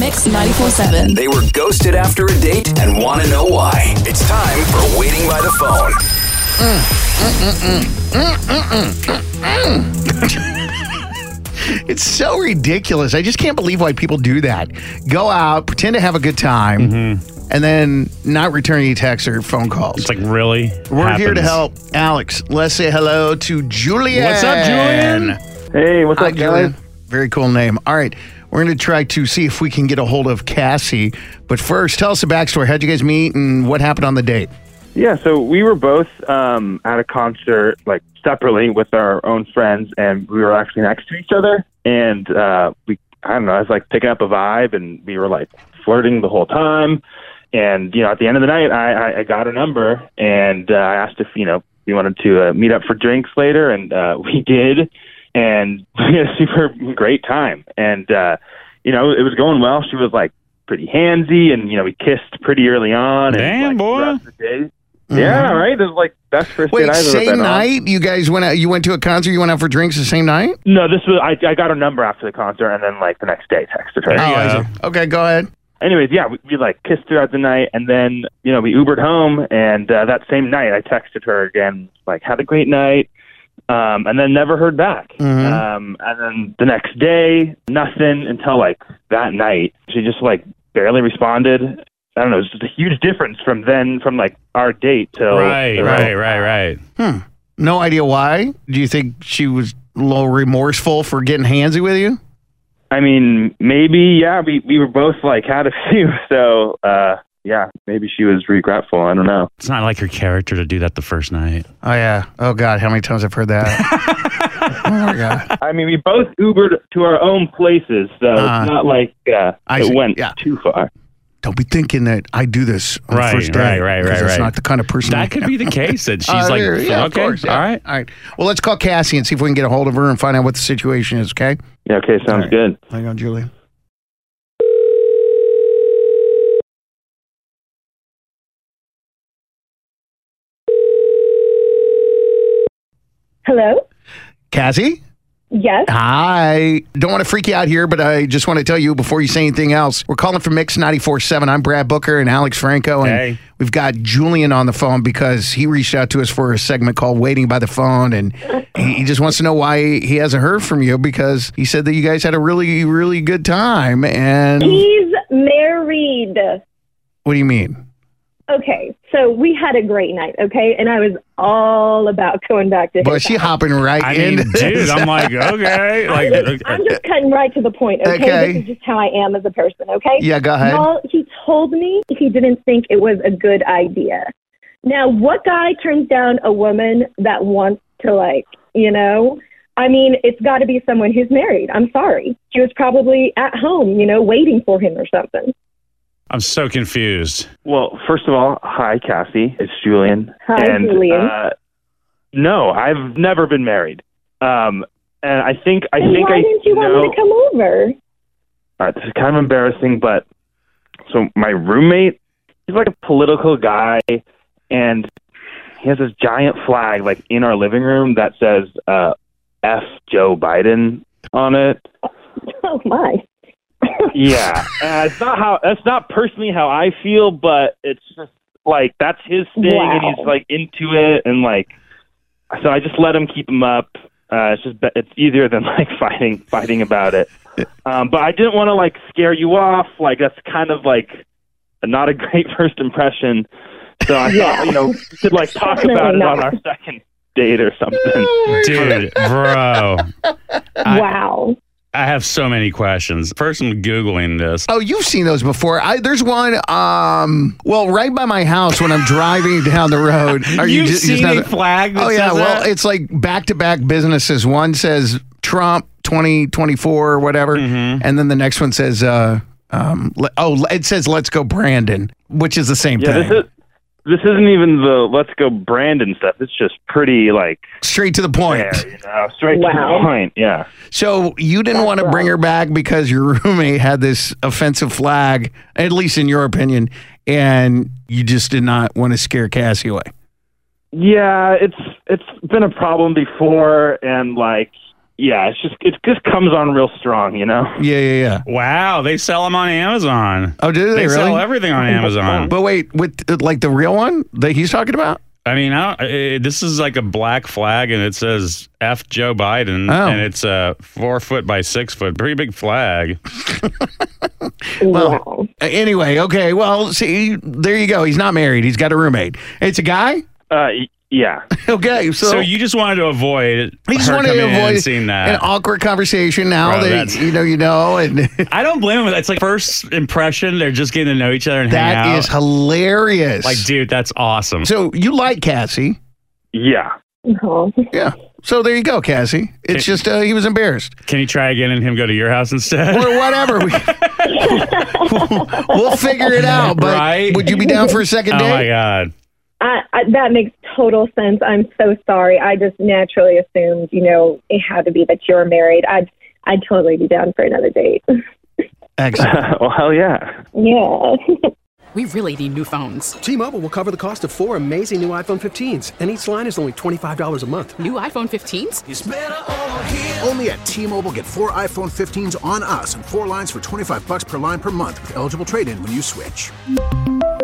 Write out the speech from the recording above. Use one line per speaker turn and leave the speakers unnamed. Mix 94.7.
They were ghosted after a date and want to know why. It's time for Waiting by the Phone.
It's so ridiculous. I just can't believe why people do that. Go out, pretend to have a good time, and then not return any texts or phone calls.
Mm-hmm. It's like really.
We're here to
happens.
help. Alex, let's say hello to Julian.
What's up, Julian?
Hey, what's
Hi,
up, guys?
Julian. Very cool name. All right. We're going to try to see if we can get a hold of Cassie. But first, tell us the backstory. How'd you guys meet and what happened on the date?
Yeah, so we were both um, at a concert, like separately with our own friends, and we were actually next to each other. And uh, we, I don't know, I was like picking up a vibe, and we were like flirting the whole time. And you know, at the end of the night, I, I, I got a number, and uh, I asked if you know we wanted to uh, meet up for drinks later, and uh, we did, and we had a super great time. And uh, you know, it was going well. She was like pretty handsy, and you know, we kissed pretty early on.
Damn,
and, like,
boy.
throughout the day. Yeah, right. This is like best first
Wait,
date I've ever
same
been on.
night? You guys went out, you went to a concert, you went out for drinks the same night?
No, this was I. I got a number after the concert, and then like the next day, texted
oh,
her.
I
go.
see. Okay, go ahead.
Anyways, yeah, we, we like kissed throughout the night, and then you know we Ubered home, and uh, that same night I texted her again, like had a great night, um, and then never heard back.
Mm-hmm.
Um, and then the next day, nothing until like that night. She just like barely responded. I don't know. It's just a huge difference from then, from like our date till
Oh, Right, right, right, right.
No idea why. Do you think she was a little remorseful for getting handsy with you?
I mean, maybe yeah. We we were both like had a few, so uh, yeah, maybe she was regretful. I don't know.
It's not like her character to do that the first night.
Oh yeah. Oh god, how many times I've heard that. oh my god.
I mean, we both Ubered to our own places, so
Ah.
it's not like uh,
I
it
see.
went
Yeah.
too far.
Don't be thinking that I do this on
Right,
the first day.
right, right,
'cause
right,
That's
right.
not the kind of person. I
That could
am.
be the case that she's
Uh,
like,
yeah, yeah, of
okay,
course, yeah.
all right.
all right. Well, let's call Cassie and see if we can get a hold of her and find out what the situation is. Okay.
Yeah, okay, sounds
All right.
good.
Hang on, Julie.
Hello?
Cassie.
Yes.
Hi. Don't want to freak you out here, but I just want to tell you before you say anything else, we're calling from Mix 94.7. I'm Brad Booker and Alex Franco, and
Hey.
we've got Julian on the phone because he reached out to us for a segment called Waiting by the Phone, and he he just wants to know why he hasn't heard from you because he said that you guys had a really, really good time. And
He's married.
what do you mean?
Okay, so we had a great night, okay? And I was all about going back to his
But she
house.
hopping right
I
in.
mean, dude, I'm like, okay, like,
I'm just cutting right to the point, okay?
Okay.
This is just how I am as a person, okay?
yeah, go ahead.
Well, he told me he didn't think it was a good idea. Now, what guy turns down a woman that wants to, like, you know? I mean, it's got to be someone who's married. I'm sorry. She was probably at home, you know, waiting for him or something.
I'm so confused.
Well, first of all, hi Cassie, it's Julian.
Hi,
and,
Julian.
Uh, no, I've never been married, um, and I think I
And
think
why
I
didn't you want
know-
me to come over?
All right, Uh, this is kind of embarrassing, but so my roommate, he's like a political guy, and he has this giant flag like in our living room that says uh, "F Joe Biden" on it.
Oh my.
Yeah, uh, it's not how that's not personally how I feel, but it's just like that's his thing, and
Wow.
he's like into it, and like so I just let him keep him up. Uh, it's just be- it's easier than like fighting fighting about it. Um, but I didn't want to like scare you off. Like that's kind of like not a great first impression. So I thought you know we could like talk
Definitely
about it
not.
on our second date or something.
Dude, bro, I-
wow.
I have so many questions. First, I'm Googling this.
Oh, you've seen those before. I, there's one. Um, well, right by my house when I'm driving down the road. Are
You've
ju-
seen
not-
a flag that
oh yeah.
says
Well,
that?
it's like back to back businesses.
Mm-hmm.
One says Trump 2024 or whatever, and then the next one says uh, Um, le- oh, it says "Let's Go Brandon," which is the same
Yeah,
thing.
this is this isn't even the let's go Brandon stuff. It's just pretty like
Straight to the point.
there, you know, straight to
Wow.
the point. Yeah.
So you didn't want to bring her back because your roommate had this offensive flag, at least in your opinion, and you just did not want to scare Cassie away.
Yeah, it's it's been a problem before and like yeah, it's just it just comes on real strong, you know.
Yeah, yeah, yeah.
Wow, they sell them on Amazon.
Oh, did
They,
they, really? Oh,
sell everything on Amazon.
But wait, with uh, like the real one that he's talking about?
I mean, I don't, eh, this is like a black flag, and it says "F Joe Biden,"
Oh.
and it's a four foot by six foot, pretty big flag.
wow.
Uh, Anyway, okay. Well, see, there you go. He's not married. He's got a roommate. It's a guy.
Uh y- yeah.
Okay, so,
So, you just wanted to avoid.
he just
her
wanted
coming
to
in and
avoid
seeing that.
an awkward conversation. Now
Bro,
that
that's-
you know, you know, and
I don't blame him. It's like first impression. They're just getting to know each other and hang
that
out.
is hilarious.
like, dude, that's awesome.
so you like Cassie?
Yeah.
Oh.
Yeah. So there you go, Cassie. It's just uh, he was embarrassed
Can you try again and him go to your house instead?
or whatever. We, we'll figure it out. But
Right?
would you be down for a second
oh
date?
my god.
I, I, that makes total sense. I'm so sorry. I just naturally assumed, you know, it had to be that you're married. I'd, I'd totally be down for another date.
Excellent.
well, hell yeah.
yeah.
We really need new phones.
T-Mobile will cover the cost of four amazing new iPhone 15s, and each line is only $25 a month.
New iPhone 15s?
Only at T-Mobile, get four iPhone 15s on us and four lines for 25 bucks per line per month with eligible trade-in when you switch.